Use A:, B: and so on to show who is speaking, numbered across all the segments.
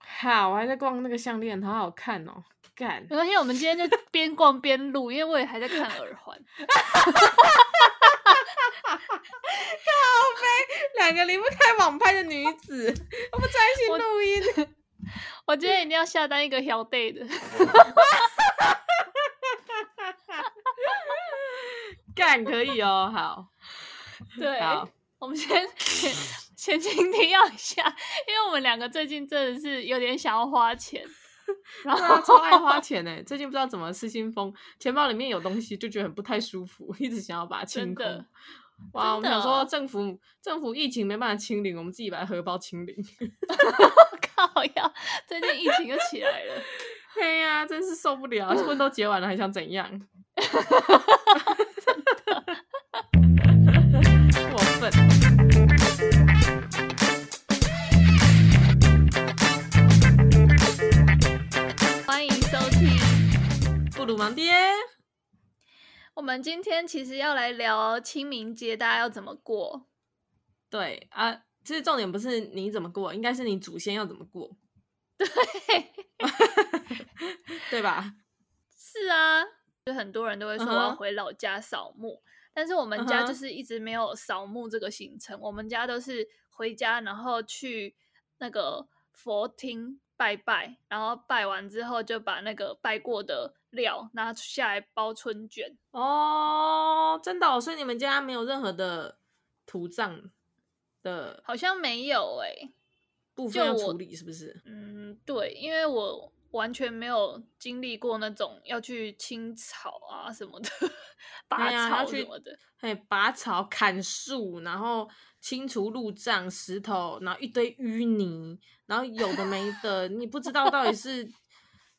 A: 卡，我还在逛那个项链，好好看哦，干
B: 没关系，我们今天就边逛边录，因为我也还在看耳环。
A: 两个离不开网拍的女子，我不专心录音，
B: 我今天一定要下单一个 h e l day 的，
A: 干可以哦，好，
B: 对
A: 好，
B: 我们先前前情提要一下，因为我们两个最近真的是有点想要花钱， 然
A: 对啊，
B: 后
A: 超爱花钱哎，最近不知道怎么失心疯，钱包里面有东西就觉得很不太舒服，一直想要把它清
B: 真
A: 空
B: 的。
A: 哇，我们
B: 真的
A: 想说政府政府疫情没办法清零，我们自己把荷包清零。
B: 靠要最近疫情又起来了，
A: 对呀、真是受不了，婚都结完了还想怎 样？ 过分。
B: 欢迎收听。
A: 不如忙爹，
B: 我们今天其实要来聊清明节大家要怎么过，
A: 对啊，其实重点不是你怎么过，应该是你祖先要怎么过， 对吧？
B: 是啊，就很多人都会说我
A: 嗯
B: 要
A: 哼
B: 回老家扫墓但是我们家
A: 嗯
B: 就
A: 哼
B: 是一直没有扫墓这个行程，我们家都是回家然后去那个佛厅拜拜，然后拜完之后就把那个拜过的料拿下来包春卷，
A: 哦，真的哦、所以你们家没有任何的土葬的
B: 好像没有诶、
A: 部
B: 就
A: 分要
B: 我
A: 处理，是不是？
B: 嗯，对，因为我完全没有经历过那种要去清草啊什么的， 拔
A: 对啊要
B: 草什
A: 去
B: 么的，
A: 哎，拔草、砍树，然后清除路障、石头，然后一堆淤泥，然后有的没的，你不知道到底是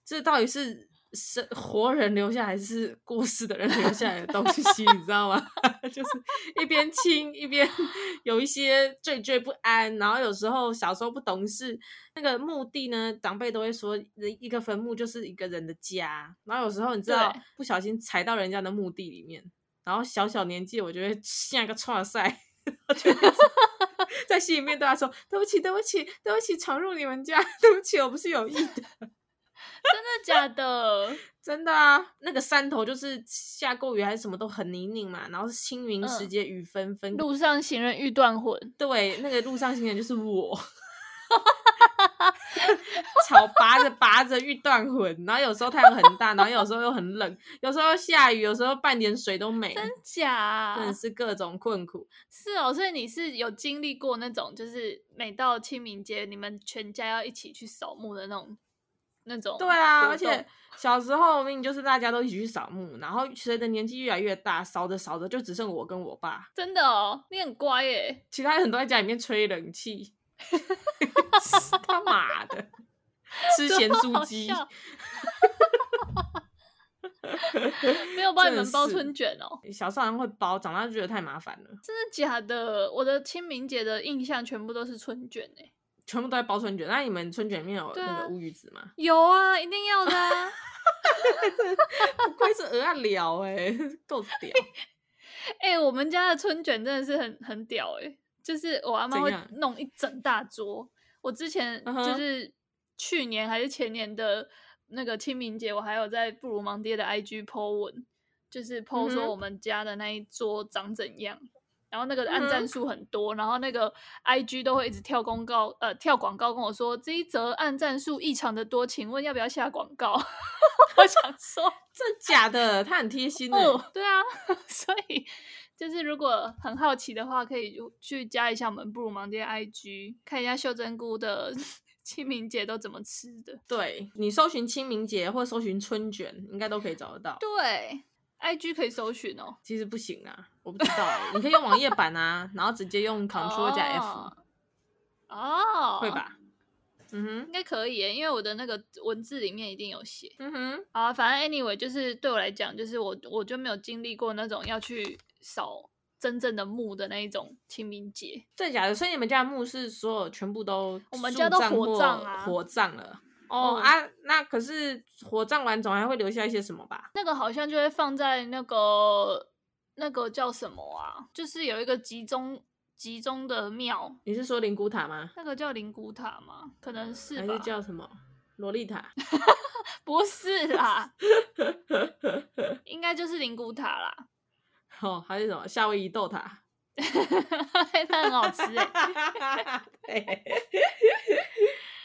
A: 这到底是是活人留下还是过世的人留下来的东西，你知道吗？ 就是一边清一边有一些惴惴不安，然后有时候小时候不懂事，那个墓地呢，长辈都会说，人一个坟墓就是一个人的家，然后有时候你知道
B: 对
A: 不小心踩到人家的墓地里面。然后小小年纪，我就 会像个创赛，我就会一直在心里面对他说：“对不起，对不起，对不起，闯入你们家， 对不起，我不是有意的。
B: 真的假的？”
A: 真的啊，那个山头就是下过雨还是什么都很泥泞嘛，然后是清明时节雨纷纷，
B: 路上行人欲断魂，
A: 对，那个路上行人就是我，草拔着拔着欲断魂，然后有时候太阳很大，然后有时候又很冷，有时候又下雨，有时候半点水都没，
B: 真假啊？
A: 真的是各种困苦。
B: 是哦，所以你是有经历过那种，就是每到清明节，你们全家要一起去扫墓的那种，那种
A: 对啊，
B: 活
A: 而且
B: 动
A: 小时候明明就是大家都一起去扫墓，然后随着年纪越来越大，扫着扫着就只剩我跟我爸，
B: 真的哦，你很乖耶，
A: 其他人都在家里面吹冷气， 他妈的， 吃咸
B: 好
A: 猪鸡，
B: 笑没有帮你
A: 真的
B: 们包
A: 是
B: 春卷哦，
A: 小时候好像会包，长大就觉得太麻烦了，
B: 真的假的？我的清明节的印象全部都是春卷欸诶，
A: 全部都在包春卷。那你们春卷里面有
B: 对啊
A: 那个乌鱼子吗？
B: 有啊，一定要的啊！
A: 不愧是鹅啊聊哎、 够 屌！
B: 哎、我们家的春卷真的是很很屌哎、就是我阿妈
A: 怎
B: 会
A: 样
B: 弄一整大桌。我之前
A: 嗯哼
B: 就是去年还是前年的那个清明节，我还有在布鲁芒爹的 IG po 文，就是
A: 嗯
B: po
A: 哼
B: 说我们家的那一桌长怎样。然后那个按
A: 嗯哼
B: 赞数很多，然后那个 I G 都会一直跳公告，呃，跳广告跟我说这一则按赞数异常的多，请问要不要下广告？ 我想说，
A: 真的假的？他很贴心的、欸
B: 哦，对啊， 所以就是如果很好奇的话，可以去加一下我们布鲁芒爹 IG，看一下秀珍菇的 清明节都怎么吃的。
A: 对你搜寻清明节或搜寻春卷，应该都可以找得到。
B: 对，IG 可以搜寻哦。
A: 其实不行啊，我不知道欸、你可以用网页版啊，然后直接用 Ctrl 加 F，、
B: 哦哦，
A: 会？吧？嗯哼，
B: 应该可以耶，因为我的那个文字里面一定有写。
A: 嗯哼，
B: 好啊，反正 anyway，就是对我来讲，就是我我就没有经历过那种要去扫真正的墓的那一种清明节。
A: 真的假的？所以你们家的墓是所有全部都
B: 我们
A: 树
B: 家都
A: 葬
B: 火
A: 或
B: 葬啊
A: 火葬了。哦、
B: 嗯
A: 啊，那可是火葬完总还会留下一些什么吧？
B: 那个好像就会放在那个那个叫什么啊？就是有一个集中集中的庙，
A: 你是说灵骨塔吗？
B: 那个叫灵骨塔吗？可能是
A: 还
B: 吧
A: 是，叫什么洛丽塔？
B: 不是啦， 应该就是灵骨塔啦。
A: 哦，还是什么夏威夷豆塔？
B: 那很好吃哎、
A: 对，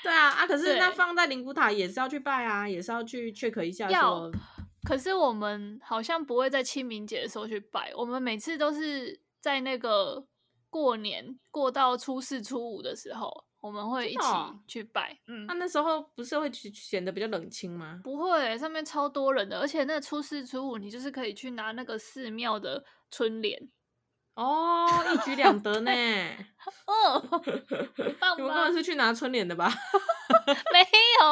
A: 对啊啊！可是那
B: 对
A: 放在灵骨塔也是要去拜啊，也是要去 check 一下
B: 要
A: 说，
B: 可是我们好像不会在清明节的时候去拜，我们每次都是在那个过年过到初四初五的时候，我们会一
A: 真
B: 起
A: 的哦
B: 去拜。嗯
A: 那、，那时候不是会去显得比较冷清吗？
B: 不会欸、上面超多人的，而且那初四初五你就是可以去拿那个寺庙的春联。
A: 哦，一举两得 呢！
B: 哦， 棒
A: 你们根本
B: 棒！
A: 是去拿春联的吧？
B: 没有，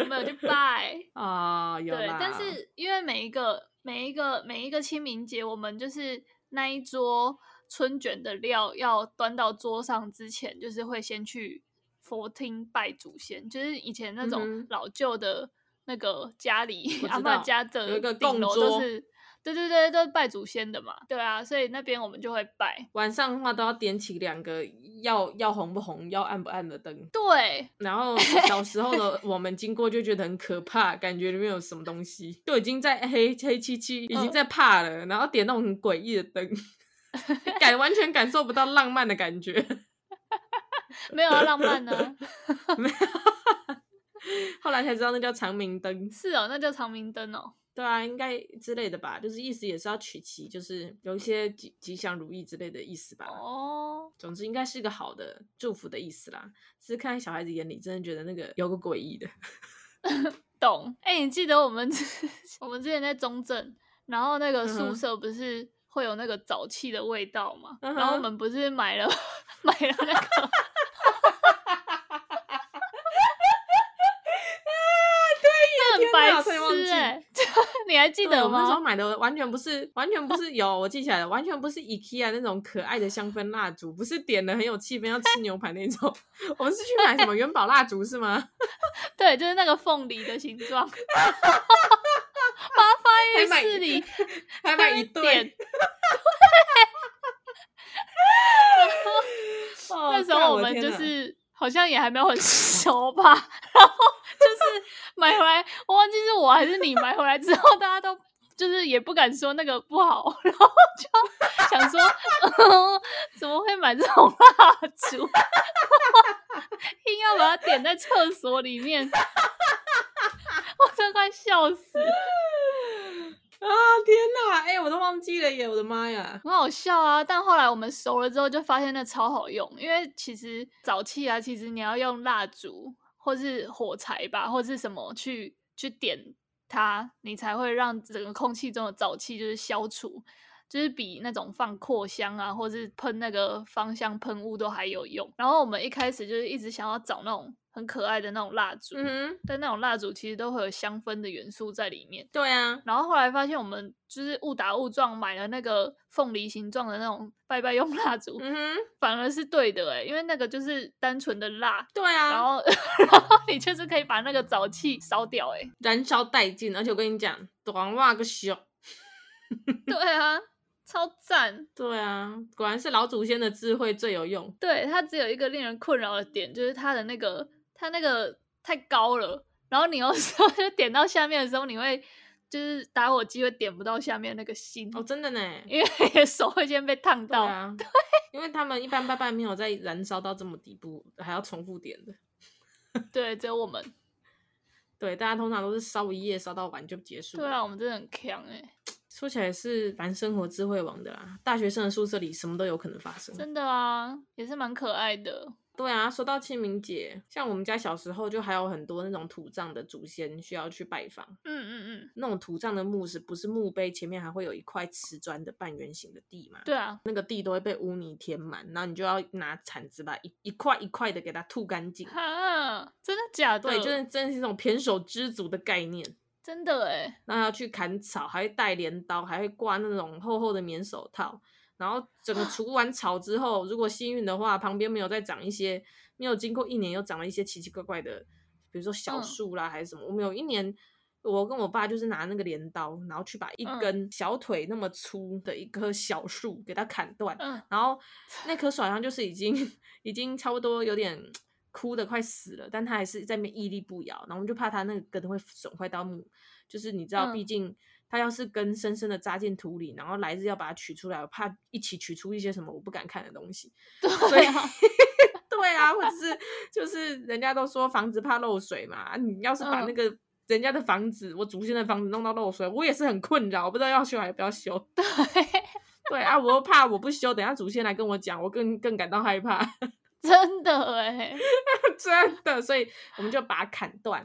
B: 我没有去拜。
A: 啊、有
B: 对
A: 啦，，
B: 但是因为每一个每一个每一个清明节，我们就是那一桌春卷的料要端到桌上之前，就是会先去佛厅拜祖先，就是以前那
A: 嗯
B: 种
A: 哼
B: 老旧的那个家里、
A: 我
B: 阿
A: 知
B: 嬷
A: 道
B: 家的
A: 有一个
B: 顶
A: 供
B: 楼都
A: 桌
B: 是。对对对，都是拜祖先的嘛，对啊，所以那边我们就会拜。
A: 晚上的话都要点起两个要要红不红、要暗不暗的灯。
B: 对，
A: 然 后小时候的我们经过就觉得很可怕，感觉里面有什么东西，就已经在黑黑漆漆，已经
B: 嗯
A: 在怕了，然后点那种很诡异的灯， 感完全感受不到浪漫的感觉。
B: 没有要浪漫呢、
A: 后来才知道那叫长明灯，
B: 是哦，那叫长明灯哦。
A: 对啊，应该之类的吧，就是意思也是要取其，就是有一些吉吉祥如意之类的意思吧。
B: 哦，
A: 总之应该是个好的祝福的意思啦，只是看在小孩子眼里，真的觉得那个有个诡异的。
B: 懂。哎、你记得我们 之我们之前在中正，然后那个
A: 嗯
B: 宿
A: 哼
B: 舍不是会有那个沼气的味道嘛？
A: 嗯哼啊
B: 然后我们不是买了 买 了那个
A: 天
B: 很白
A: 哪差点忘
B: 痴
A: 记
B: 哎、 你还记
A: 对
B: 得
A: 我们那时候
B: 吗？
A: 买的完全不是，完全不是有，我记起来了，完全不是 IKEA 那种可爱的香氛蜡烛，不是点的很有气氛要吃牛排那种，我们是去买什么元宝蜡烛是吗？
B: 对，就是那个凤梨的形 状， 把它放在
A: 还
B: 浴
A: 买
B: 室里，
A: 还买一
B: 点
A: 对。哦
B: 那时
A: 干
B: 候我
A: 的
B: 们
A: 天
B: 就
A: 哪
B: 是好像也还没有很 熟 吧，然后就是买回来，我忘记是我还是你买回来之后，大家都就是也不敢说那个不好，然后就想说，嗯、怎么会买这种蜡烛， 硬要把它点在厕所里面，我真的快笑死，
A: 啊，天哪！哎、我都忘记了耶，我的妈呀！
B: 很好笑啊！但后来我们熟了之后，就发现那超好用，因为其实早期啊，其实你要用蜡烛或是火柴吧，或是什么去去点它，你才会让整个空气中的沼气就是消除，就是比那种放扩香啊，或是喷那个芳香喷雾都还有用。然后我们一开始就是一直想要找那种很可爱的那种蜡烛，
A: 嗯哼，
B: 但那种蜡烛其实都会有香氛的元素在里面。
A: 对啊，
B: 然后后来发现我们就是误打误撞买了那个凤梨形状的那种 拜拜用蜡烛，
A: 嗯哼，
B: 反而是对的哎、因为那个就是单纯的蜡，
A: 对
B: 然
A: 啊，
B: 后然后你就是可以把那个沼气烧掉 哎、
A: 燃烧殆尽。而且我跟你讲，短袜个小。
B: 对啊，超赞！
A: 对啊，果然是老祖先的智慧最有用。
B: 对，它只有一个令人困扰的点，就是它的那个它那个太高了，然后你有时候就点到下面的时候，你会就是打火机会点不到下面那个心，
A: 哦，真的呢。
B: 因为 你的手会先被烫
A: 对
B: 到。
A: 啊，因为他们一般拜拜没有在燃烧到这么底部，还要重复点的。
B: 对，只有我们。
A: 对，大家通常都是烧一夜，烧到晚就结束。
B: 对啊，，我们真的很强哎、
A: 说起来是蛮生活智慧王的啦。大学生的宿舍里什么都有可能发生。
B: 真的啊，也是蛮可爱的。
A: 对啊，说到清明节，像我们家小时候就还有很多那种土葬的祖先需要去拜访。
B: 嗯嗯嗯，
A: 那种土葬的墓是不是墓碑前面还会有一块瓷砖的半圆形的地嘛？
B: 对啊，
A: 那个地都会被污泥填满，然后你就要拿铲子把一一块一块的给它吐干净。
B: 哈，真的假的？
A: 对，就是真的是一种胼手知足的概念。
B: 真的哎、
A: 然后要去砍草，还会带镰刀，还会挂那种厚厚的棉手套。然后整个除完草之后，如果幸运的话，旁边没有再长一些，没有经过一年又长了一些奇奇怪怪的，比如说小
B: 嗯
A: 树啦、还是什么。我们有一年我跟我爸就是拿那个镰刀，然后去把一根小腿那么粗的一棵小树给它砍断，
B: 嗯，
A: 然后那棵树好像就是已经 已经差不多有点哭的快死了，但它还是在那边屹立不摇。然后我们就怕它那个根会损坏到木，就是你知道，
B: 嗯
A: 毕竟它要是根深深的扎进土里，然后来日要把它取出来，我怕一起取出一些什么我不敢看的东西。
B: 对啊，
A: 对啊，或者是就是人家都说房子怕漏水嘛，啊你要是把那
B: 嗯
A: 个。人家的房子，我祖先的房子弄到漏水，我也是很困扰，我不知道要修还是不要修。对啊，我又怕我不修，等下祖先来跟我讲，我更更感到害怕。
B: 真的哎、
A: 真的，所以我们就把它砍断，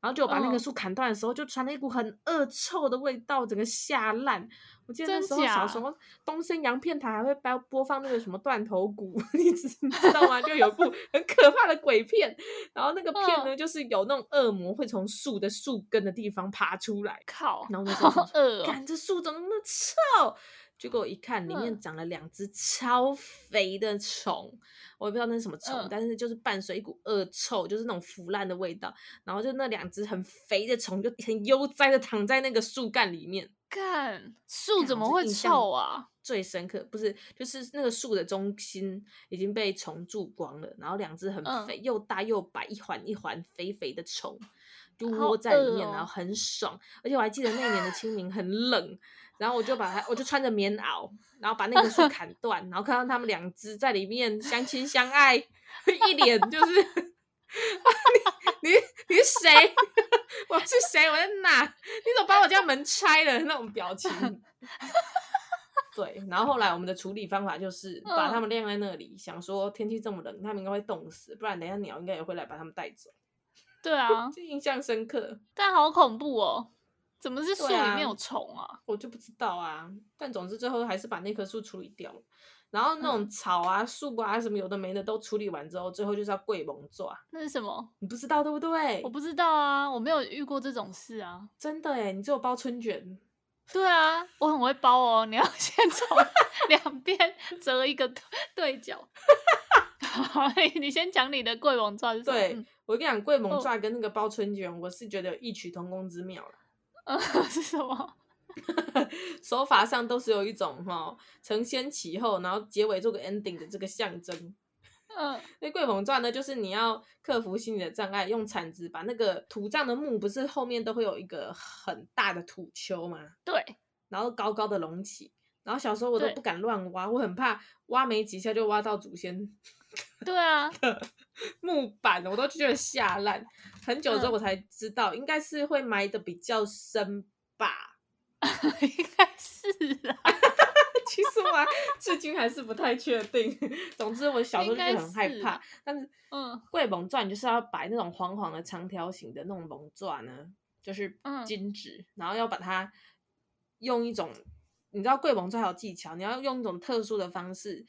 A: 然后就把那个
B: 嗯
A: 树砍断的时候，就传了一股很恶臭的味道，整个吓烂。我记得那
B: 真
A: 时候小
B: 假
A: 时候东森洋片台还会播播放那个什么断头谷， 你知知道吗？就有一 部很可怕的鬼片，然后那个片
B: 嗯
A: 呢，就是有那种恶魔会从树的树根的地方爬出来，
B: 靠，
A: 然后那时候
B: 好
A: 想说
B: 饿哦，
A: 看这树怎么那么臭？结果我一看，里面
B: 嗯
A: 长了两只超肥的虫，我也不知道那是什么虫，
B: 嗯
A: 但是就是伴随一股恶臭，就是那种腐烂的味道。然后就那两只很肥的虫，就很悠哉的躺在那个树干里面。
B: 干树
A: 看
B: 怎
A: 我
B: 么
A: 这
B: 会
A: 印象
B: 臭啊？
A: 最深刻不是，就是那个树的中心已经被虫蛀光了，然后两只很
B: 嗯
A: 肥、又大又白，一环一环肥肥的虫就
B: 好
A: 窝在里
B: 饿
A: 面，然后
B: 哦
A: 很爽。而且我还记得那年的清明很冷，然后我就把它，我就穿着棉袄，然后把那棵树砍断，然后看到它们两只在里面相亲相爱， 一脸就是你你你是谁？ 我是谁？我在哪？你怎么把我家门拆了？ 那种表情。对，然后后来我们的处理方法就是把它
B: 嗯
A: 们晾在那里，想说天气这么冷，它们应该会冻死，不然等一下鸟应该也会来把它们带走。
B: 对啊，
A: 这印象深刻，
B: 但好恐怖哦，怎么是
A: 对
B: 树里
A: 啊
B: 面有虫啊？
A: 我就不知道啊。但总之最后还是把那棵树处理掉了。然后那
B: 嗯
A: 种草啊、树啊什么有的没的都处理完之后，最后就是要跪蒙抓，
B: 那是什么？
A: 你不知道对不对
B: 我？不知道啊，我没有遇过这种事啊。
A: 真的哎，你只有包春卷，
B: 对啊，我很会包哦。你要 先从两边折一个对对角。 好你先讲你的贵王钻。
A: 对
B: 嗯
A: 我跟你讲，桂蒙
B: 哦
A: 抓跟那个包春卷，我是觉得有异曲同工之妙啦。
B: 嗯， 是什么？
A: 手法上都是有一种哈、承先启后，然后结尾做个 ending 的这个象征。
B: 嗯
A: 那桂蒙传呢，就是你要克服心理的障碍，用铲子把那个土葬的墓，不是后面都会有一个很大的土丘吗？
B: 对，
A: 然后高高的隆起。然后小时候我都
B: 对
A: 不敢乱挖，我很怕挖没几下就挖到祖先
B: 对啊，
A: 木板，我都觉得吓烂。很久之后
B: 嗯
A: 我才知道，应该是会埋的比较深吧。
B: 应该是啊。
A: 其实我还 至今还是不太确定。 总之，我小时候就
B: 应该
A: 很害
B: 是
A: 怕
B: 啊。
A: 但是
B: 嗯
A: 贵蒙钻就是要摆那种黄黄的长条形的那种蒙钻呢，就是
B: 嗯
A: 金纸，然后要把它用一种你知道贵蒙钻还有技巧，你要用一种特殊的方式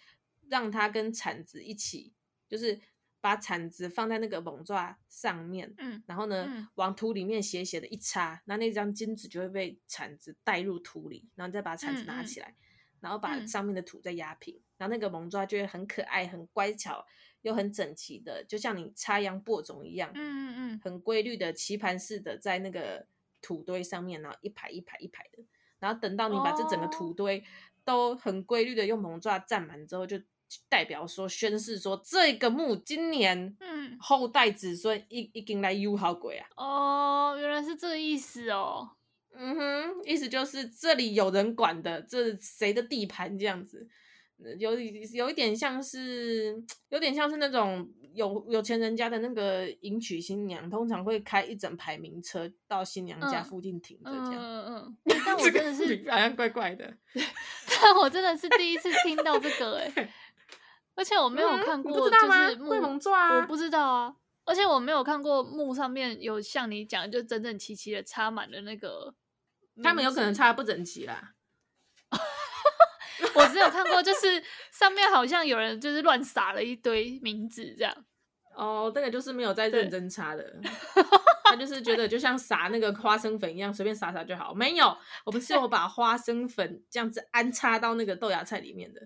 A: 让它跟铲子一起，就是把铲子放在那个蒙钻上面，
B: 嗯，
A: 然后呢，
B: 嗯
A: 往土里面斜斜的一插，那那张金纸就会被铲子带入土里，然后你再把铲子
B: 嗯
A: 拿
B: 嗯
A: 起来，然后把
B: 嗯
A: 上面的土再压平，然后那个萌抓就会很可爱、很乖巧又很整齐的，就像你插秧播种一样，
B: 嗯嗯
A: 很规律的棋盘式的在那个土堆上面，然后一排一排一排的，然后等到你把这整个
B: 哦
A: 土堆都很规律的用萌抓占满之后，就代表说宣誓说这个墓今年。
B: 嗯嗯，
A: 后代子孙一一定来有好鬼啊！
B: 哦，原来是这个意思哦。
A: 嗯哼，意思就是这里有人管的，这谁的地盘这样子，呃有一有一点像是，有点像是那种有有钱人家的那个迎娶新娘，通常会开一整排名车到新娘家
B: 嗯
A: 附近停着这
B: 嗯
A: 样。
B: 嗯嗯，但我
A: 这
B: 真的
A: 个
B: 是
A: 比好像怪怪的，
B: 但我真的是第一次听到这个哎、
A: 对
B: 而且我没有
A: 嗯
B: 看
A: 你
B: 过，
A: 不知
B: 就
A: 道
B: 是
A: 吗
B: 木
A: 桂蒙抓啊
B: 我不知道啊，而且我没有看过木上面有像你讲就整整齐齐的插满了那个，
A: 他们有可能，插的不整齐啦。
B: 我只有看过就是上面好像有人就是乱撒了一堆名字这样，
A: 哦，那个就是没有在认
B: 对
A: 真插的， 他就是觉得就像撒那个花生粉一样，随便撒撒就好。没有，我们是有把花生粉这样子安插到那个豆芽菜 里面的，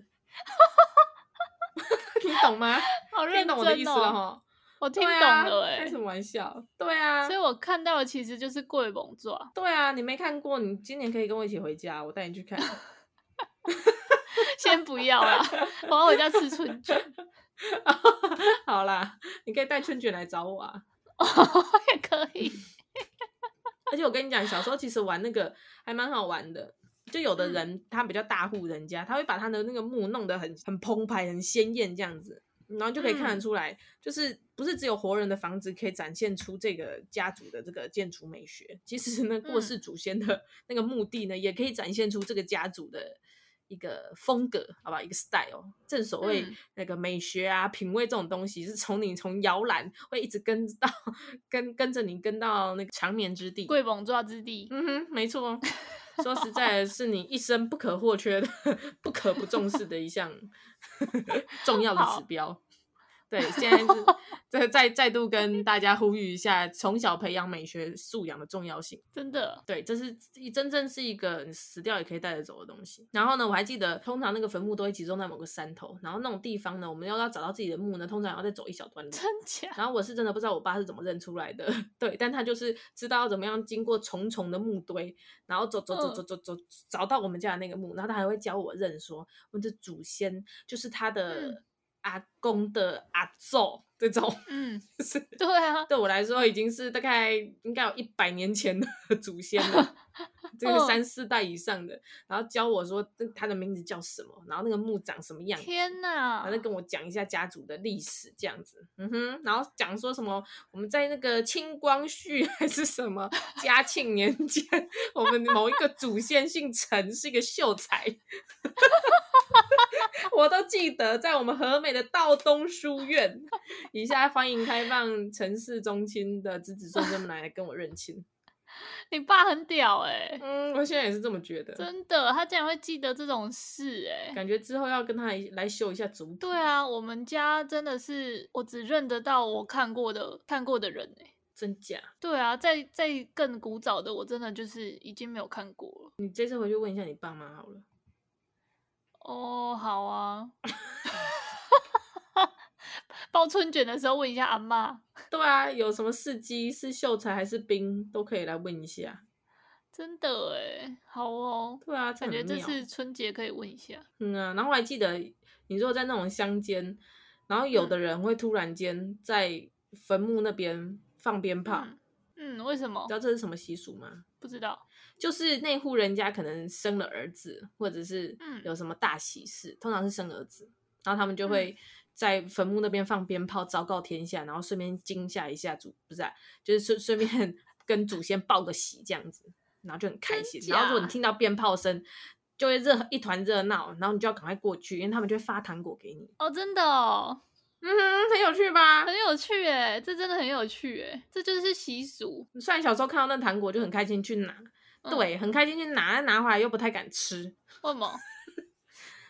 A: 你懂吗？
B: 好
A: 听
B: 认真
A: 懂我的意思了
B: 哦，
A: 哈？
B: 我听
A: 对
B: 懂
A: 啊
B: 了哎、
A: 开什么玩笑？对啊
B: 所以，我看到的其实就是贵猛爪，
A: 对啊，你没看过，你今年可以跟我一起回家，我带你去看。
B: 先不要啦，我要回家吃春卷，
A: 好啦，你可以带春卷来找我啊。
B: 也可以。
A: 而且我跟你讲，小时候其实玩那个还蛮好玩的。就有的
B: 嗯
A: 人、他比较大户人家，他会把他的那个木弄得很很澎湃、很鲜艳这样子，然后就可以看得
B: 嗯
A: 出来，就是不是只有活人的房子可以展现出这个家族的这个建筑美学，其实呢，过
B: 嗯
A: 世祖先的那个墓地呢，也可以展现出这个家族的一个风格，好吧，一个 style。正所谓
B: 嗯
A: 那个美学啊、品味这种东西，是从你从摇篮会一直跟到 跟跟着你跟到那个长眠之地。
B: 贵猛爪之地，
A: 嗯哼，没错。说实在的，是你一生不可或缺的、不可不重视的一项 重要的
B: 好
A: 指标。对，现在是再再再度跟大家呼吁一下，从小培养美学素养的重要性。
B: 真的，
A: 对，这是一真正是一个你死掉也可以带得走的东西。然后呢，我还记得，通常那个坟墓都会集中在某个山头，然后那种地方呢，我们要要找到自己的墓呢，通常要再走一小段路。
B: 真假？
A: 然后我是真的不知道我爸是怎么认出来的， 对，但他就是知道怎么样经过重重的墓堆，然后走走走
B: 嗯
A: 走走走，找到我们家的那个墓，然后他还会教我认说，我们的祖先就是他的
B: 嗯
A: 阿公的阿祖这种，
B: 嗯，
A: 就是
B: 对啊，
A: 对我来说已经是大概应该有一百年前的 祖先了，这个
B: 嗯
A: 三四代以上的，然后教我说这他的名字叫什么，然后那个墓长什么样子，
B: 天哪
A: 反！正跟我讲一下家族的历史这样子，嗯哼，然后讲说什么我们在那个清光绪 还是什么嘉庆年间，我们某一个祖先姓陈，是一个秀才， 我都记得，在我们和美的道东书院，以下欢迎开放陈氏宗亲的子子孙孙们来跟我认亲。
B: 你爸很屌哎、
A: 嗯，我现在也是这么觉得，
B: 真的，他竟然会记得这种事哎、
A: 感觉之后要跟他一来修一下族谱。
B: 对啊，我们家真的是我只认得到我看过的看过的人哎、
A: 真假？
B: 对啊，在在更古早的，我真的就是已经没有看过了。
A: 你这次回去问一下你爸妈好了。
B: 哦，好啊。 包春卷的时候问一下阿妈，
A: 对啊，有什么事机是秀才还是兵都可以来问一下。
B: 真的哎，好哦，
A: 对啊，
B: 感觉
A: 很
B: 这
A: 妙
B: 次春节可以问一下。
A: 嗯啊，然后我还记得你说在那种乡间，然后
B: 嗯
A: 有的人会突然间在坟墓那边放鞭炮，
B: 嗯嗯，为什么
A: 你知？道这是什么习俗吗？
B: 不知道。
A: 就是那户人家可能生了儿子，或者是
B: 嗯
A: 有什么大喜事，通常是生儿子，然后他们就会在坟墓那边放鞭炮，昭告天下，然后顺便惊吓一下祖，不是、啊，就是顺顺 便跟祖先报个喜这样子，然后就很开心。
B: 真
A: 然后如果你
B: 假
A: 听到鞭炮声，就会热一团热闹，然后你就要赶快过去，因为他们就会发糖果给你。
B: 哦，真的哦，
A: 嗯哼，很有趣吧
B: 很？有趣哎，这真的很有趣哎，这就是习俗。
A: 虽然小时候看到那糖果就很开心去拿，
B: 嗯，
A: 对，很开心去拿，但拿回来又不太敢吃。
B: 为什么？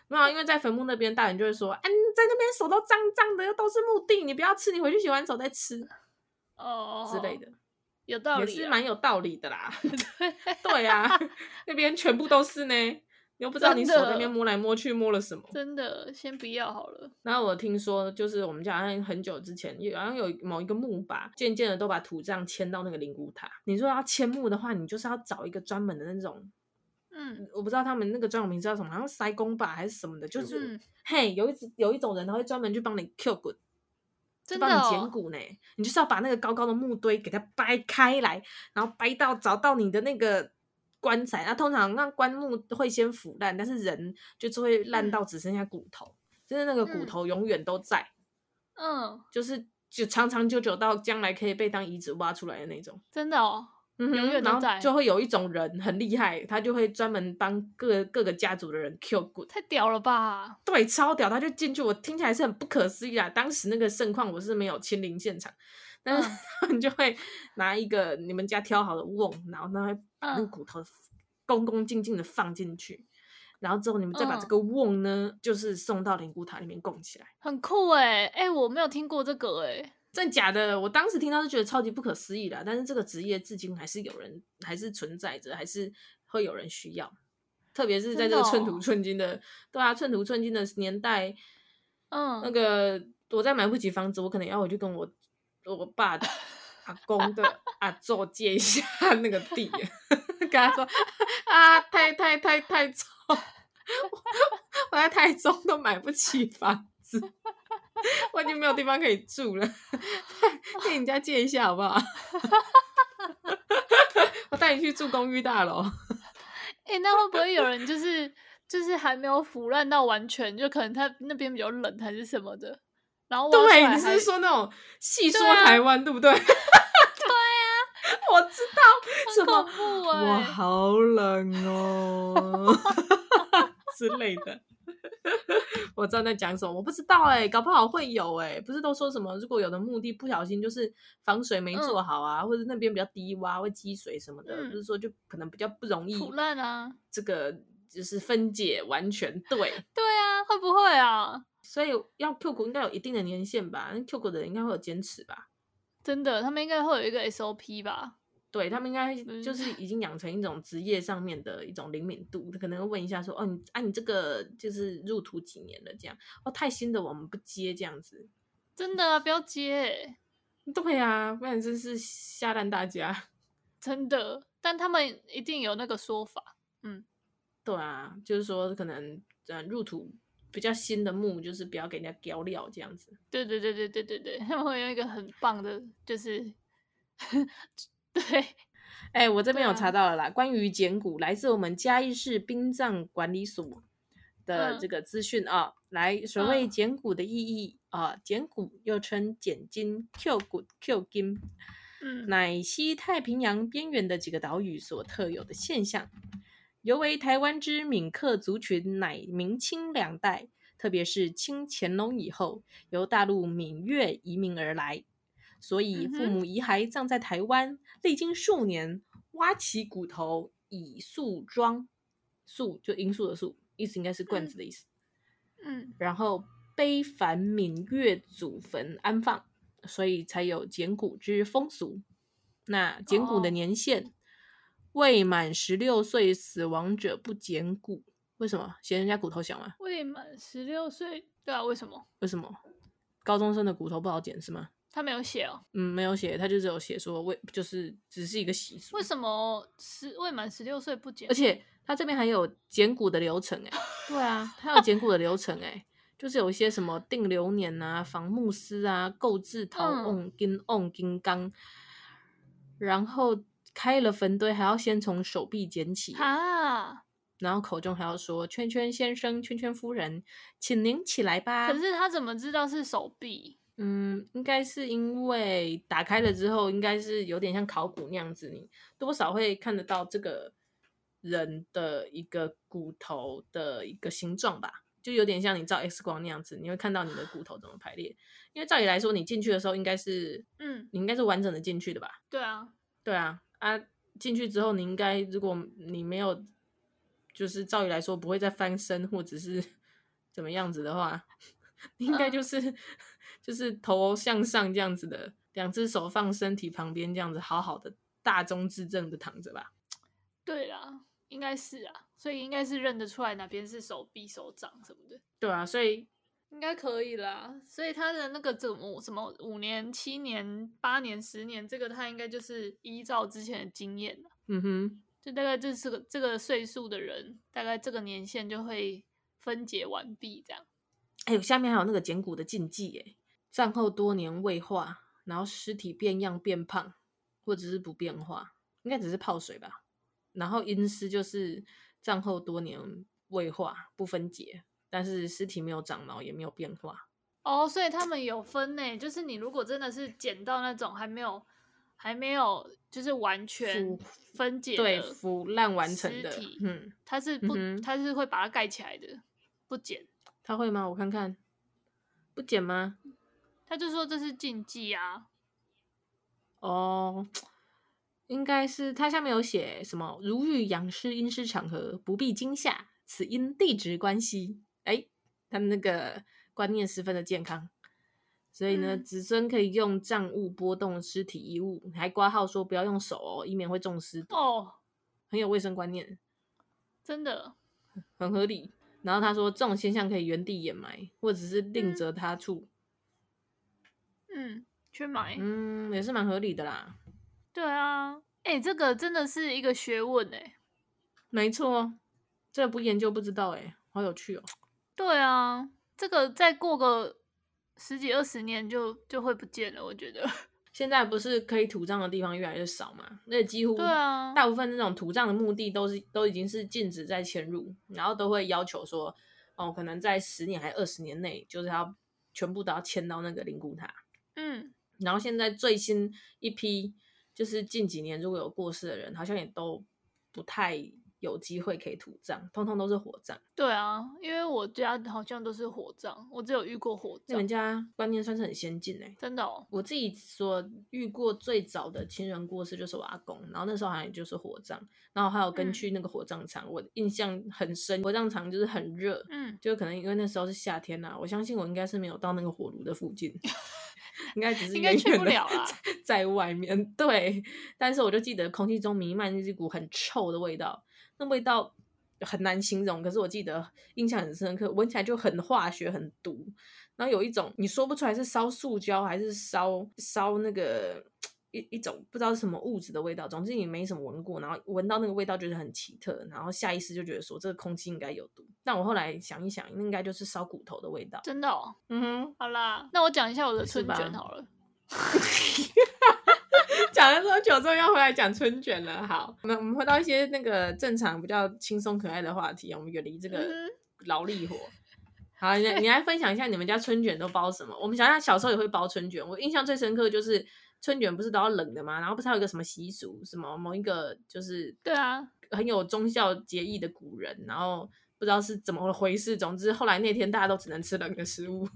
A: 没有啊，因为在坟墓那边，大人就会说：“啊，你在那边手都脏脏的，又都是墓地，你不要吃，你回去洗完手再吃
B: 哦，
A: 之类，的，
B: 有道
A: 也
B: 理啊。
A: 是蛮有道理的 啦。”对啊， 那边全部都是呢，你又不知道你手
B: 真的
A: 那边摸来摸去摸了什么。
B: 真的，先不要好了。
A: 然后我听说，就是我们家好像很久之前，有好像有某一个墓吧，渐渐的都把土葬迁到那个灵骨塔。你说要迁墓的话，你就是要找一个专门的那种，
B: 嗯
A: 我不知道他们那个专有名字叫什么，好像塞工吧还是什么的，就是、
B: 嗯，
A: 嘿，有一只有一种人，他会专门去帮你 Q 滚，就
B: 真
A: 帮
B: 的
A: 你
B: 哦
A: 捡骨呢。你就是要把那个高高的木堆给它掰开来，然后掰到找到你的那个棺材。那通常让棺木会先腐烂，但是人就是会烂
B: 嗯
A: 到只剩下骨头，就是那个骨
B: 嗯
A: 头永远都在，
B: 嗯，
A: 就是就长长久久到将来可以被当遗址挖出来的那种。
B: 真的哦，
A: 嗯哼，
B: 永远都
A: 然后
B: 在
A: 就会有一种人很厉害，他就会专门帮各各个家族的人 Q 滚。
B: 太屌了吧！
A: 对，超屌，他就进去，我听起来是很不可思议啊。当时那个盛况我是没有亲临现场，但是
B: 嗯
A: 他们就会拿一个你们家挑好的瓮，然后他会把那个
B: 嗯
A: 骨头恭恭敬敬的放进去，然后之后你们再把这
B: 嗯
A: 个瓮呢，就是送到灵骨塔里面供起来。
B: 很酷哎、哎、我没有听过这个哎、
A: 真假的？我当时听到是觉得超级不可思议的，但是这个职业至今还是有人，还是存在着，还是会有人需要，特别是在
B: 真
A: 这
B: 的
A: 个寸土
B: 哦
A: 寸金的，对啊，寸土寸金的年代，
B: 嗯，
A: 那个我再买不起房子，我可能要回去跟我我 爸的阿公的阿祖借一下那个 地，跟他说啊，太太太太重，我 我在台中都买不起房子，我已经没有地方可以住了，借你家借一下好不 好？我带你去住公寓大楼。
B: 哎、那会不会有人就是就是还没有腐烂到完全，就可能他那边比较冷还是什么的，然后挖出
A: 对，
B: 来
A: 你是
B: 还
A: 说那种细说
B: 对啊
A: 台湾，对不对？ 对啊，我知道什
B: 很
A: 么
B: 恐，怖
A: 我
B: 哎、
A: 好冷哦 之类的。 我知道在讲什么，我不知道哎、搞不好会有哎、不是都说什么，如果有的墓地不小心就是防水没做好啊，或者那边比较低洼会积水什么的，
B: 嗯
A: 不是说就可能比较不容易
B: 腐烂啊，
A: 这个就是分解完全对。
B: 对啊，会不会啊？
A: 所以要 Q 股应该有一定的年限吧？那 Q 股的人应该会有坚持吧？
B: 真的，他们应该会有一个 SOP 吧？
A: 对他们应该
B: 嗯
A: 就是已经养成一种职业上面的一种灵敏度，可能会问一下说，哦，你啊，你这个就是入土几年了？这样，哦，太新的我们不接这样子。
B: 真的啊，不要接欸，
A: 对啊，不然真是吓烂大家。
B: 真的。但他们一定有那个说法，
A: 对啊，就是说可能嗯入土比较新的墓，就是不要给人家雕料这样子。
B: 对对对对对对 对，他们会用一个很棒的，就是 对，
A: 哎、我这边有
B: 对啊
A: 查到了啦，关于简骨来自我们嘉义市殡葬管理所的
B: 嗯
A: 这个资讯啊。来，所谓
B: 嗯
A: 简骨的意义啊，简骨又称简金、Q 骨、Q 金，
B: 嗯，
A: 乃西太平洋边缘的几个岛屿所特有的现象，尤为台湾之闽客族群乃明清两代，特别是清乾隆以后，由大陆闽粤移民而来，所以
B: 嗯
A: 父
B: 哼
A: 母遗骸葬在台湾，历经数年，挖起骨头以树桩，树就罂粟的树，意思应该是罐子的意思，
B: 嗯，
A: 然后背凡闽越祖坟安放，所以才有捡骨之风俗。那捡骨的
B: 哦
A: 年限，未满十六岁死亡者不捡骨。为什么？嫌人家骨头小吗？
B: 未满十六岁，对啊，为什么？
A: 为什么？高中生的骨头不好捡是吗？
B: 他没有写哦，
A: 嗯，没有写，他就只有写说为就是只是一个习俗
B: 为。什么十未满十六岁不结？
A: 而且他这边还有捡骨的流程哎、对啊，他有捡骨的流程哎、就是有一些什么定流年啊、防牧师啊、购置陶
B: 嗯
A: 瓮、金瓮、金刚，然后开了坟堆还要先从手臂捡起，
B: 啊，
A: 然后口中还要说“圈圈先生、圈圈夫人，请您起来吧”。
B: 可是他怎么知道是手臂？
A: 嗯，应该是因为打开了之后，应该是有点像考古那样子，你多少会看得到这个人的一个骨头的一个形状吧，就有点像你照 X 光那样子，你会看到你的骨头怎么排列。因为照理来说，你进去的时候应该是
B: 嗯，
A: 你应该是完整的进去的吧？
B: 对啊，
A: 对啊，啊，进去之后你应该，如果你没有，就是照理来说不会再翻身或者是怎么样子的话，你应该就是、就是头向上这样子的，两只手放身体旁边这样子，好好的大中至正的躺着吧。
B: 对啦，应该是啊，所以应该是认得出来哪边是手臂、手掌什么的，
A: 对啊，所以
B: 应该可以啦。所以他的那个怎么什么五年、七年、八年、十年，这个他应该就是依照之前的经验啦
A: 嗯哼，
B: 就大概这是个这个岁数的人，大概这个年限就会分解完毕这样。
A: 哎呦，下面还有那个简骨的禁忌哎，战后多年未化，然后尸体变样变胖，或者是不变化，应该只是泡水吧。然后阴尸就是战后多年未化不分解，但是尸体没有长毛也没有变化。
B: 哦，所以他们有分呢，就是你如果真的是捡到那种还没有还没有就是完全
A: 腐
B: 分解
A: 对，
B: 的
A: 腐烂完成
B: 尸
A: 的
B: 体，
A: 嗯，
B: 它是不、
A: 嗯哼
B: 它是会把它盖起来的，不捡。
A: 他会吗？我看看，不剪吗？
B: 他就说这是禁忌啊，
A: 哦，应该是它下面有写什么“如遇仰视阴尸场合，不必惊吓，此因地质关系”。哎，他们那个观念十分的健康，所以呢，
B: 嗯
A: 子孙可以用杖物拨动尸体衣物，还挂号说不要用手哦，以免会中尸毒，
B: 哦，
A: 很有卫生观念，
B: 真的，
A: 很合理。然后他说，这种现象可以原地掩埋，或者是另
B: 嗯
A: 择他处。
B: 嗯，去买。
A: 嗯，也是蛮合理的啦。
B: 对啊，哎、这个真的是一个学问哎、
A: 没错，哦这不研究不知道哎、好有趣哦。
B: 对啊，这个再过个十几二十年就就会不见了，我觉得。
A: 现在不是可以土葬的地方越来越少嘛？而且几乎
B: 对啊，
A: 大部分那种土葬的墓地都是都已经是禁止再迁入，然后都会要求说，哦，可能在十年还二十年内，就是要全部都要迁到那个灵骨塔。
B: 嗯，
A: 然后现在最新一批，就是近几年如果有过世的人，好像也都不太有机会可以土葬，通通都是火葬。
B: 对啊，因为我家好像都是火葬，我只有遇过火
A: 你们
B: 葬，
A: 家观念算是很先进哎、
B: 真的哦。
A: 我自己所遇过最早的亲人过世就是我阿公，然后那时候好像就是火葬，然后还有跟
B: 嗯
A: 去那个火葬场，我印象很深，火葬场就是很热，
B: 嗯，
A: 就可能因为那时候是夏天啦、我相信我应该是没有到那个火炉的附近， 应该只是
B: 应该
A: 远
B: 去
A: 远
B: 不
A: 地
B: 了啦
A: 在外面。对，但是我就记得空气中弥漫着一股很臭的味道，那味道很难形容，可是我记得印象很深刻，闻起来就很化学、很毒，然后有一种你说不出来是烧塑胶还是烧烧那个。一一种不知道是什么物质的味道，总之你没什么闻过，然后闻到那个味道觉得很奇特，然后下意识就觉得说这个空气应该有毒。但我后来想一想，那应该就是烧骨头的味道。
B: 真的哦。
A: 嗯哼，
B: 好啦，那我讲一下我的
A: 是
B: 春卷
A: 吧
B: 好了。
A: 讲了这么久之后要回来讲春卷了。好，我们我们回到一些那个正常比较轻松可爱的话题，我们远离这个
B: 嗯
A: 劳力活。好，你来你来分享一下你们家春卷都包什么？我们想想小时候也会包春卷，我印象最深刻就是春卷不是都要冷的吗？然后不是还有一个什么习俗，什么某一个就是
B: 对啊，
A: 很有忠孝节义的古人，然后不知道是怎么回事，总之后来那天大家都只能吃冷的食 物。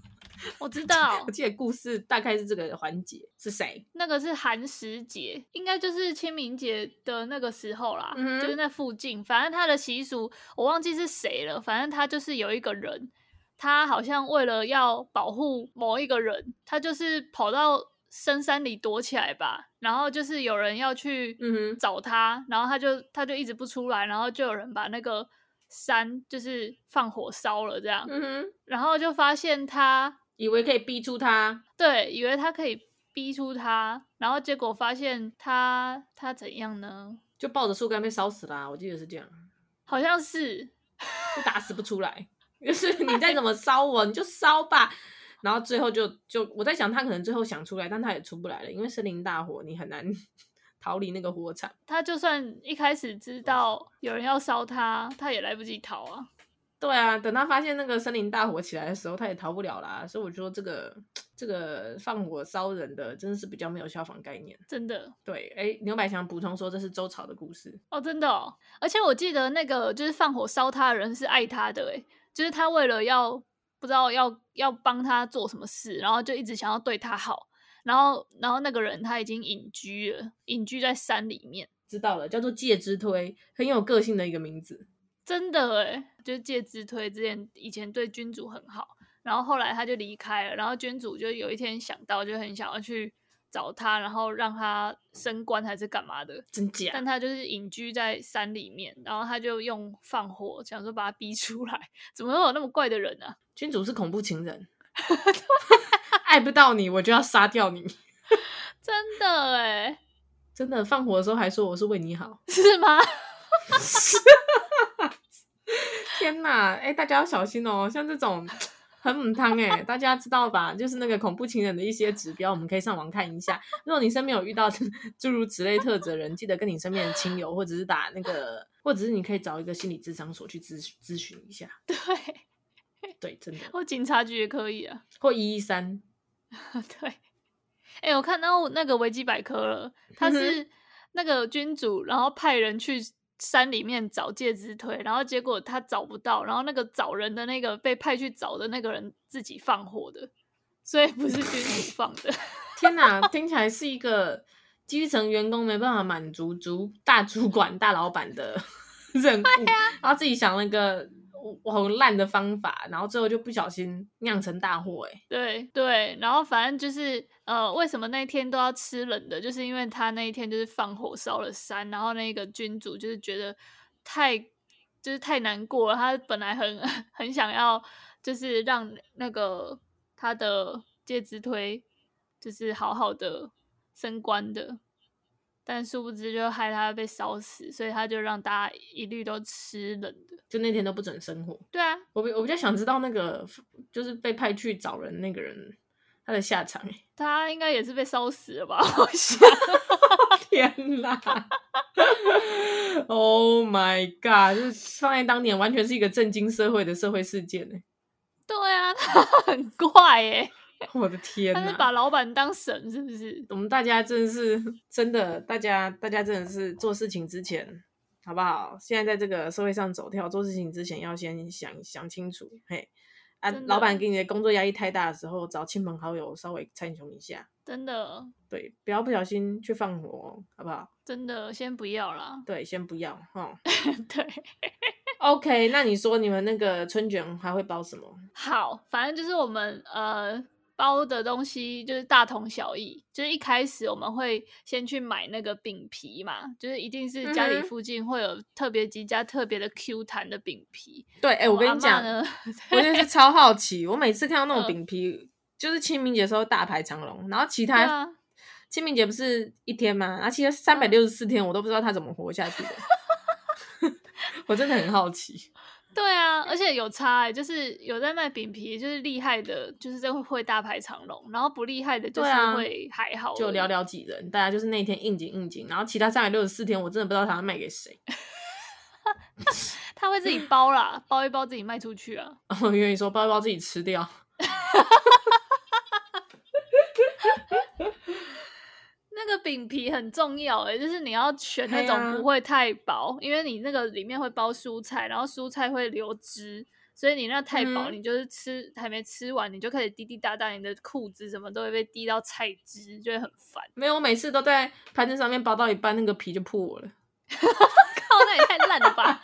B: 我知道
A: 我记得故事大概是这个环节，是谁？
B: 那个是寒食节，应该就是清明节的那个时候啦，
A: 嗯哼
B: 就是那附近。反正他的习俗我忘记是谁了，反正他就是有一个人，他好像为了要保护某一个人，他就是跑到深山里躲起来吧。然后就是有人要去
A: 嗯哼
B: 找他，然后他就他就一直不出来，然后就有人把那个山就是放火烧了这样，
A: 嗯哼，
B: 然后就发现他
A: 以为可以逼出他，
B: 对，以为他可以逼出他，然后结果发现他他怎样呢？
A: 就抱着树干被烧死啦、我记得是这样，
B: 好像是
A: 就打死不出来。 就是你再怎么烧我，你就烧吧。然后最后就就我在想，他可能最后想出来，但他也出不来了，因为森林大火，你很难 逃离那个火场。
B: 他就算一开始知道有人要烧他，他也来不及逃啊。
A: 对啊，等他发现那个森林大火起来的时候，他也逃不了啦。所以我说这个这个放火烧人的，真的是比较没有消防概念。
B: 真的
A: 对，哎，牛百强补充说这是周朝的故事。
B: 哦，真的哦！而且我记得那个就是放火烧他的人是爱他的，诶，就是他为了要不知道要要帮他做什么事，然后就一直想要对他好，然后然后那个人他已经隐居了，隐居在山里面，
A: 知道了，叫做介之推，很有个性的一个名字。
B: 真的诶，就是介之推之前以前对君主很好，然后后来他就离开了，然后君主就有一天想到，就很想要去找他，然后让他升官还是干嘛的，
A: 真假？
B: 但他就是隐居在山里面，然后他就用放火想说把他逼出来，怎么会有那么怪的人啊呢、
A: 君主是恐怖情人， 爱不到你我就要杀掉你。
B: 真的诶，
A: 真的放火的时候还说我是为你好，
B: 是吗？
A: 天哪！哎、大家要小心哦，像这 种很母汤哎，大家知道吧？就是那个恐怖情人的一些指标，我们可以上网看一下。如果你身边有遇到 诸如此类特质的人，记得跟你身边的亲友，或者是打那个，或者是你可以找一个心理咨商所去咨咨询一下。
B: 对，
A: 对，真的，
B: 或警察局也可以啊。
A: 或一一三，
B: 对，哎、我看到那个维基百科了，他是那个君主，然后派人去山里面找介之推，然后结果他找不到，然后那个找人的那个被派去找的那个人自己放火的，所以不是君主放的。
A: 天哪，听起来是一个基层员工没办法满足主大主管、大老板的 任务，然后自己想了一个我很烂的方法，然后最后就不小心酿成大祸、欸。哎，
B: 对对，然后反正就是呃，为什么那一天都要吃冷的，就是因为他那一天就是放火烧了山，然后那个君主就是觉得太就是太难过了，他本来很 很想要就是让那个他的介之推。就是好好的升官的，但殊不知就害他被烧死，所以他就让大家一律都吃冷的。
A: 就那天都不准生火。
B: 对啊，
A: 我比我比较想知道那个就是被派去找人那个人他的下场、欸。
B: 他应该也是被烧死了吧？ 我想，
A: 天哪！Oh my god！就是放在当年完全是一个震惊社会的社会事件呢、欸
B: 对啊， 他很怪哎、
A: 我的天
B: 他
A: 哪！
B: 是把老板当神是不是？
A: 我们大家真的是 真的，大家大家真的是做事情之前，好不好？现在在这个社会上走跳，做事情之前要先想想清楚，嘿。啊
B: 真，的
A: 老板给你的工作压力太大的时候，找亲朋好友稍微参详一下，
B: 真的
A: 对，不要不小心去放火哦，好不好？
B: 真的，先不要啦。
A: 对，先不要哈。
B: 对，
A: OK，那你说你们那个春卷还会包什么？
B: 好，反正就是我们呃包的东西就是大同小异，就是一开始我们会先去买那个饼皮嘛，就是一定是家里
A: 嗯哼
B: 附近会有特别几家特别的 Q 弹的饼皮。
A: 对，哎、我跟
B: 哦阿
A: 你
B: 嬷
A: 讲，
B: 呢，嗯
A: 我真的是超好奇，我每次看到 那种饼皮，就是清明节的时候大排长龙，然后其
B: 对
A: 他、
B: 啊，
A: 清明节不是一天吗？而且三百六十四天，我都不知道他怎么活下去的。 我真的很好奇，
B: 对啊，而且有差、欸，就是有在卖饼皮，就是厉害的，就是这会会大排长龙，然后不厉害的，就是
A: 对啊
B: 会还好而已、
A: 就寥寥几人，大家就是那一天应景应景，然后其他三百六十四天，我真的不知道他卖给谁。
B: 他会自己包啦，包一包自己卖出去啊。
A: 我愿意说包一包自己吃掉，
B: 那个饼皮很重要诶、就是你要选那
A: 嘿啊
B: 种不会太薄，因为你那个里面会包蔬菜，然后蔬菜会流汁，所以你那太薄，
A: 嗯
B: 你就是吃还没吃完，你就开始滴滴答答，你的裤子什么都会被滴到菜汁，就会很烦。
A: 没有，我每次都在盘子上面包到一半，那个皮就破了。
B: 靠，那也太烂了 吧！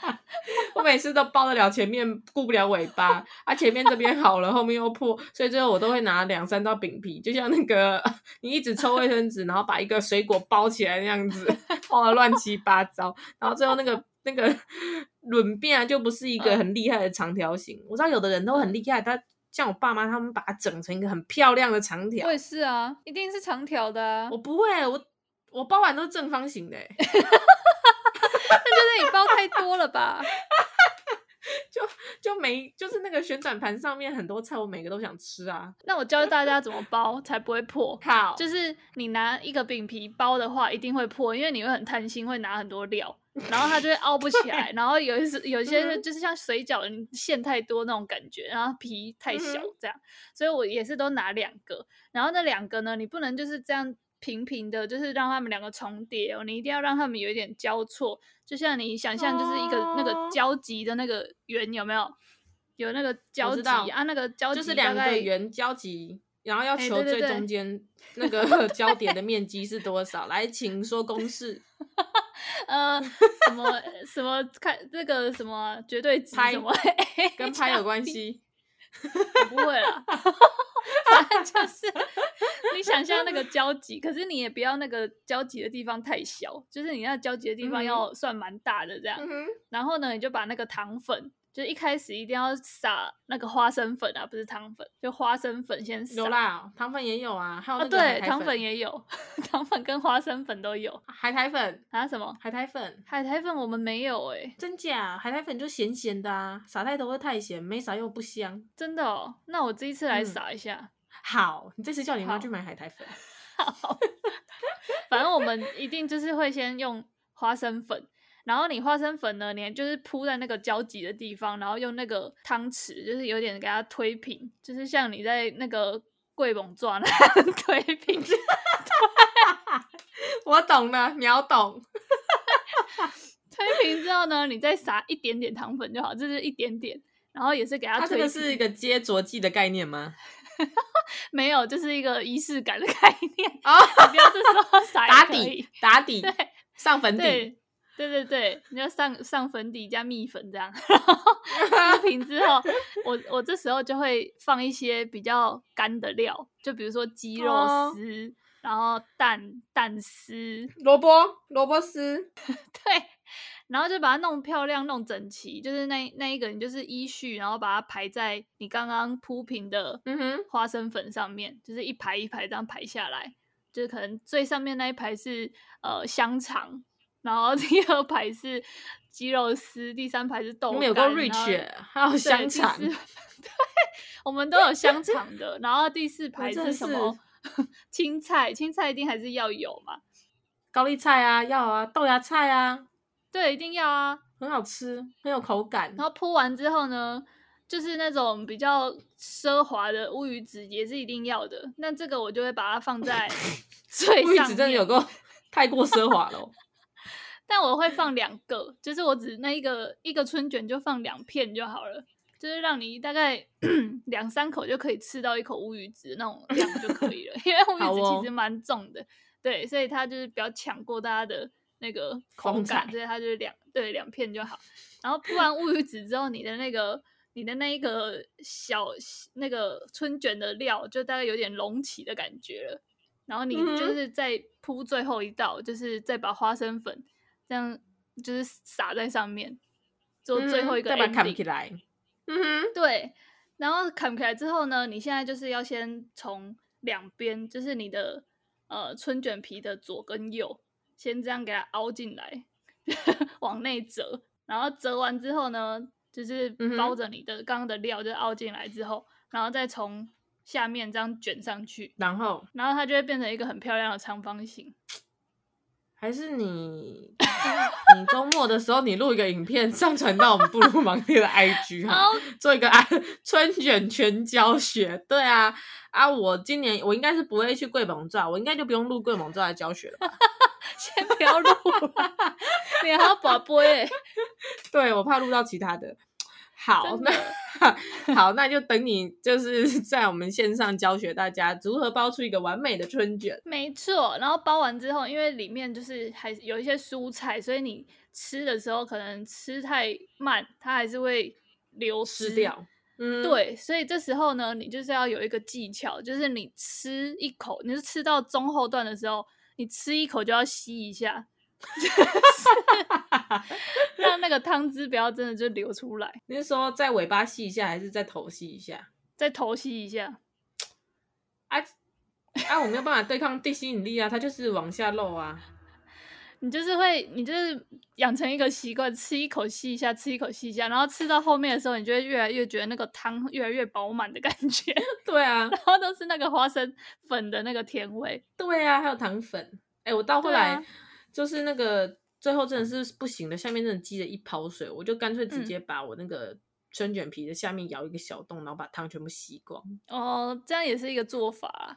A: 我每次都包得了前面，顾不了尾巴，啊，前面这边好了，后面又破，所以最后我都会拿两三道饼皮，就像那个 你一直抽卫生纸，然后把一个水果包起来那样子，包的乱七八糟，然后最后那个那个轮变啊，就不是一个很厉害的长条形。我知道有的人都很厉害，他像我爸妈他们把它整成一个很漂亮的长条，
B: 也是啊，一定是长条的、啊
A: 我不会，我我包完都是正方形的欸、
B: 那就是你包太多了吧？
A: 就每就是那个旋转盘上面很多菜，我每个都想吃啊。
B: 那我教大家怎么包才不会破。
A: 好
B: 就是你拿一个饼皮包的话，一定会破，因为你会很贪心，会拿很多料， 然后它就会凹不起 来。然后有一些有一
A: 嗯
B: 些就就是像水饺，你馅太多那种感觉，然后皮太小
A: 嗯哼
B: 这样。所以我也是都拿两个，然后那两个呢，你不能就是这样平平的，就是让它们两个重叠哦，你一定要让它们有一点交错，就像你想象就是一个、那个
A: 哦
B: 交集的那个圆有没有？有那个交集
A: 道
B: 啊，那个交集
A: 就是
B: 大
A: 两个
B: 概
A: 圆交集，然后要
B: 哎
A: 求
B: 对对
A: 最
B: 对
A: 中间那个 交点的面积是多少？来，请说公式。
B: 呃，什么什么看那个什么绝对值
A: 拍
B: 什么，
A: 跟拍有关系，
B: 我不会啦。 反正就是你想象那个交集，可是你也不要那个交集的地方太小，就是你那交集的地方
A: 嗯
B: 要算蛮大的这样。
A: 嗯哼，
B: 然后呢，你就把那个糖粉，就是一开始一定要撒那个花生粉啊，不是糖粉，就花生粉先撒。
A: 有啦，糖粉也有啊，还有
B: 啊，
A: 那个海
B: 对，
A: 苔
B: 糖粉也有， 糖粉跟花生粉都有
A: 海苔粉，
B: 啊？什么
A: 海苔粉，
B: 海苔粉我们没有哎、
A: 真假？海苔粉就咸咸的啊，撒太多会太咸，没撒又不香。
B: 真的哦。那我这一次来
A: 嗯
B: 撒一下。
A: 好，你这次叫你妈
B: 好
A: 去买海苔粉，
B: 反正我们一定就是会先用花生粉，然后你花生粉呢，你就是铺在那个交集的地方，然后用那个汤匙，就是有点给它推平，就是像你在那个桂猛抓那样 推平，
A: 我懂了，秒懂。
B: 推平之后呢，你再撒一点点糖粉就好，这就是一点点，然后也是给它
A: 它这个
B: 推平，
A: 是一个接着剂的概念 吗？
B: 没有，就是一个仪式感的概念，
A: 哦，
B: 你不要这时候撒也
A: 打
B: 可以
A: 底，打底，
B: 对。
A: 上粉底，
B: 对对对对，你要上上粉底加蜜粉这样，然后敷平之后，我我这时候就会放一些比较干的料，就比如说鸡肉
A: 哦
B: 丝，然后蛋蛋丝，
A: 萝卜，萝卜丝，
B: 对，然后就把它弄漂亮、弄整齐，就是那那一个你就是依序，然后把它排在你刚刚铺平的
A: 嗯哼
B: 花生粉上面，就是一排一排这样排下来，就是可能最上面那一排是呃香肠，然后 第二排是鸡肉丝，第三排是
A: 你
B: 豆干，
A: 们有够
B: 然后
A: rich，耶欸还有
B: 对
A: 哦香
B: 第
A: 肠
B: 四 对，我们都有香肠的。然后第四排
A: 哦真
B: 是
A: 的
B: 什么？ 青菜，青菜一定还是要有嘛？
A: 高丽菜啊，要啊，豆芽菜啊，
B: 对，一定要啊。
A: 很好吃，很有口感。
B: 然后铺完之后呢，就是那种比较奢华的乌鱼子也是一定要的。那这个我就会把它放在 最
A: 乌鱼
B: 上
A: 子真的
B: 面
A: 有够 太过奢华了哦，
B: 但我会放两个，就是我只那一个一个春卷就放两片就好了，就是让你大概 两三口就可以吃到一口乌鱼子那种量就可以了，因为乌
A: 好
B: 鱼子
A: 哦
B: 其实蛮重的，对，所以它就是比较抢过大家的那个口
A: 风
B: 感，
A: 采
B: 所以它就是两对两片就好。然后铺完乌鱼子之后，你的那个。你的那一个小那个春卷的料，就大概有点隆起的感觉了，然后你
A: 嗯哼
B: 就是再铺最后一道，就是再把花生粉这样就是撒在上面， 做最后一
A: 嗯
B: 个
A: 再把
B: ending、
A: 它砍起来。嗯哼，
B: 对，然后砍开来之后呢，你现在就是要先从两边，就是你的呃春卷皮的左跟右，先这样给它凹进来， 往内折，然后折完之后呢，就是
A: 嗯哼
B: 包着你的刚刚的料，就凹进来之后，然后再从下面这样卷上去，
A: 然后
B: 然后它就会变成一个很漂亮的长方形。
A: 还是你，你周末的时候你录一个影片上传到我们布鲁芒蒂的 IG 哈，
B: 好，
A: 做一个啊春卷全教学。对啊，啊，我今年我应该是不会去桂蒙照，我应该就不用录桂蒙照来教学了吧。
B: 先不要录了， 你还要 宝贝、欸，
A: 对，我怕录到其他的。好，
B: 真的
A: 那 好，那就等你就是 在我们线上教学大家如何包出一个完美的春卷。
B: 没错。然后包完之后，因为里面就是还有一些蔬菜，所以你吃的时候可能吃太慢，它还是会流
A: 吃
B: 失
A: 掉。嗯，，
B: 对，所以这时候呢，你就是要有一个技巧，就是你吃一口，你是吃到中后段的时候，你吃一口就要吸一下，就是 让那个汤汁不要真的就流出来，
A: 你是说在尾巴吸一下，还是在头吸一下？
B: 再头吸一下。
A: 啊啊，我没有办法对抗地吸引力啊，它就是往下漏啊。
B: 你就是会，你就是养成一个习惯，吃一口吸一下，吃一口吸一下，然后吃到后面的时候，你就会越来越觉得那个汤越来越饱满的感觉，
A: 对啊，
B: 然后都是那个花生粉的那个甜味。
A: 对啊，还有糖粉。哎，我到后
B: 对
A: 来、
B: 啊
A: 就是那个最后真的是不行了，下面真的积了一泡水，我就干脆
B: 嗯
A: 直接把我那个春卷皮的下面咬一个小洞，然后把汤全部吸光。
B: 哦，这样也是一个做法啊、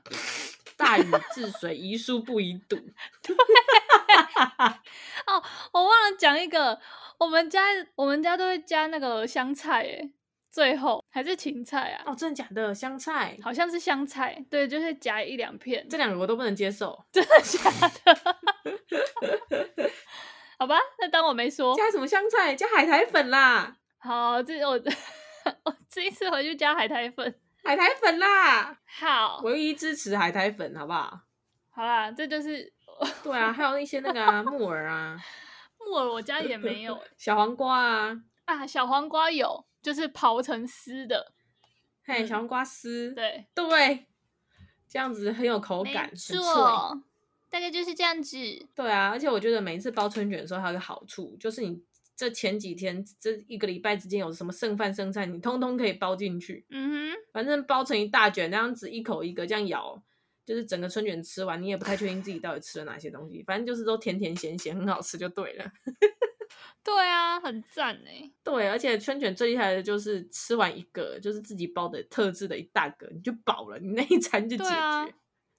A: 大禹治水，宜疏不宜堵。
B: 我忘了讲一个，我们家我们家都会加那个香菜，诶，最后还是芹菜啊，
A: 哦，真的假的？香菜，
B: 好像是香菜，对，就是夹一两片，
A: 这两个我都不能接受。
B: 好吧？那当我没说。
A: 加什么香菜？加海苔粉啦，
B: 好，这我 我这一次回去加海苔粉。
A: 海苔粉啦！
B: 好，
A: 唯一支持海苔粉，好不好？
B: 好啦，这就是
A: 对啊，还有一些那个 啊，木耳啊，
B: 木耳，我家也没有
A: 小黄瓜啊，
B: 啊。小黄瓜有，就是刨成丝的，
A: 嘿，
B: 嗯
A: 小黄瓜丝，
B: 对，
A: 对，这样子很有口
B: 没
A: 感，很脆。
B: 错，大概就是这样子。
A: 对啊，而且我觉得每一次包春卷的时候，还有一个好处，就是你这前几天这一个礼拜之间有什么剩饭剩菜，你通通可以包进去，
B: 嗯哼，
A: 反正包成一大卷，那样子一口一个这样咬。就是整个春卷吃完，你也不太确定自己到底吃了哪些东西，反正就是都甜甜咸咸，很好吃就对了。
B: 对啊，很赞哎。
A: 对，而且春卷最厉害的就是吃完一个，就是自己包的特制的一大个，你就饱了，你那一餐就解
B: 对
A: 决，
B: 啊，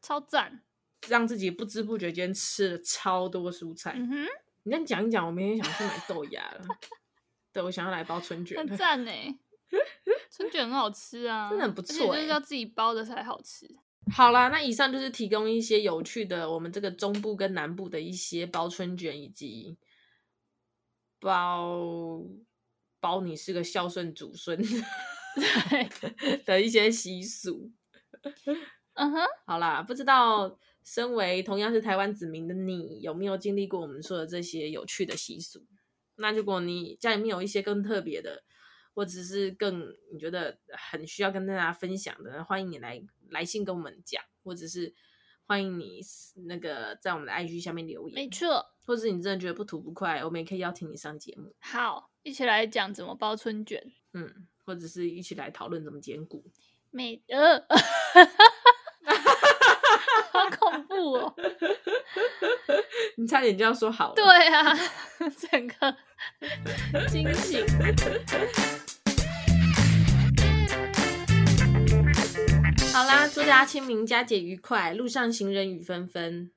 B: 超赞。
A: 让自己不知不觉间吃了超多蔬菜。
B: 嗯哼，
A: 你这样讲一讲，我明天想去买豆芽了。 对，我想要来包春卷
B: 很
A: 了。
B: 赞哎。春卷很好吃啊，
A: 真的很不
B: 而且
A: 错
B: 就是
A: 欸
B: 要自己包的才好吃。
A: 好啦，那以上就是提供一些有趣的我们这个中部跟南部的一些包春卷以及包包你是个孝顺祖孙
B: 对，
A: 的一些习俗。
B: 嗯哼，
A: 好啦，不知道身为同样是台湾子民的你，有没有经历过我们说的这些有趣的习俗？那如果你家里面有一些更特别的，或者是更你觉得很需要跟大家分享的，欢迎你来来信跟我们讲，或者是欢迎你那个在我们的 IG 下面留
B: 没
A: 言，
B: 错，
A: 或者是你真的觉得不吐不快，我们也可以邀请你上节目，
B: 好，一起来讲怎么包春卷。
A: 嗯，或者是一起来讨论怎么兼顾。
B: 美呃， 好恐怖哦！
A: 你差点就要说好了，
B: 对啊， 整个 惊醒。
A: 好啦，祝大家清明佳节愉快，路上行人雨纷纷。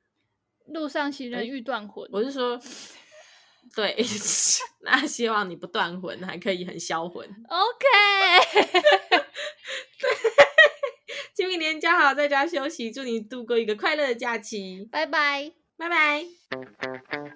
B: 路上行人欲断魂，
A: 我是说，对，那希望你不断魂，还可以很销魂。
B: OK，
A: 清明年假好，在家休息，祝你度过一个快乐的假期，
B: 拜拜。
A: 拜拜。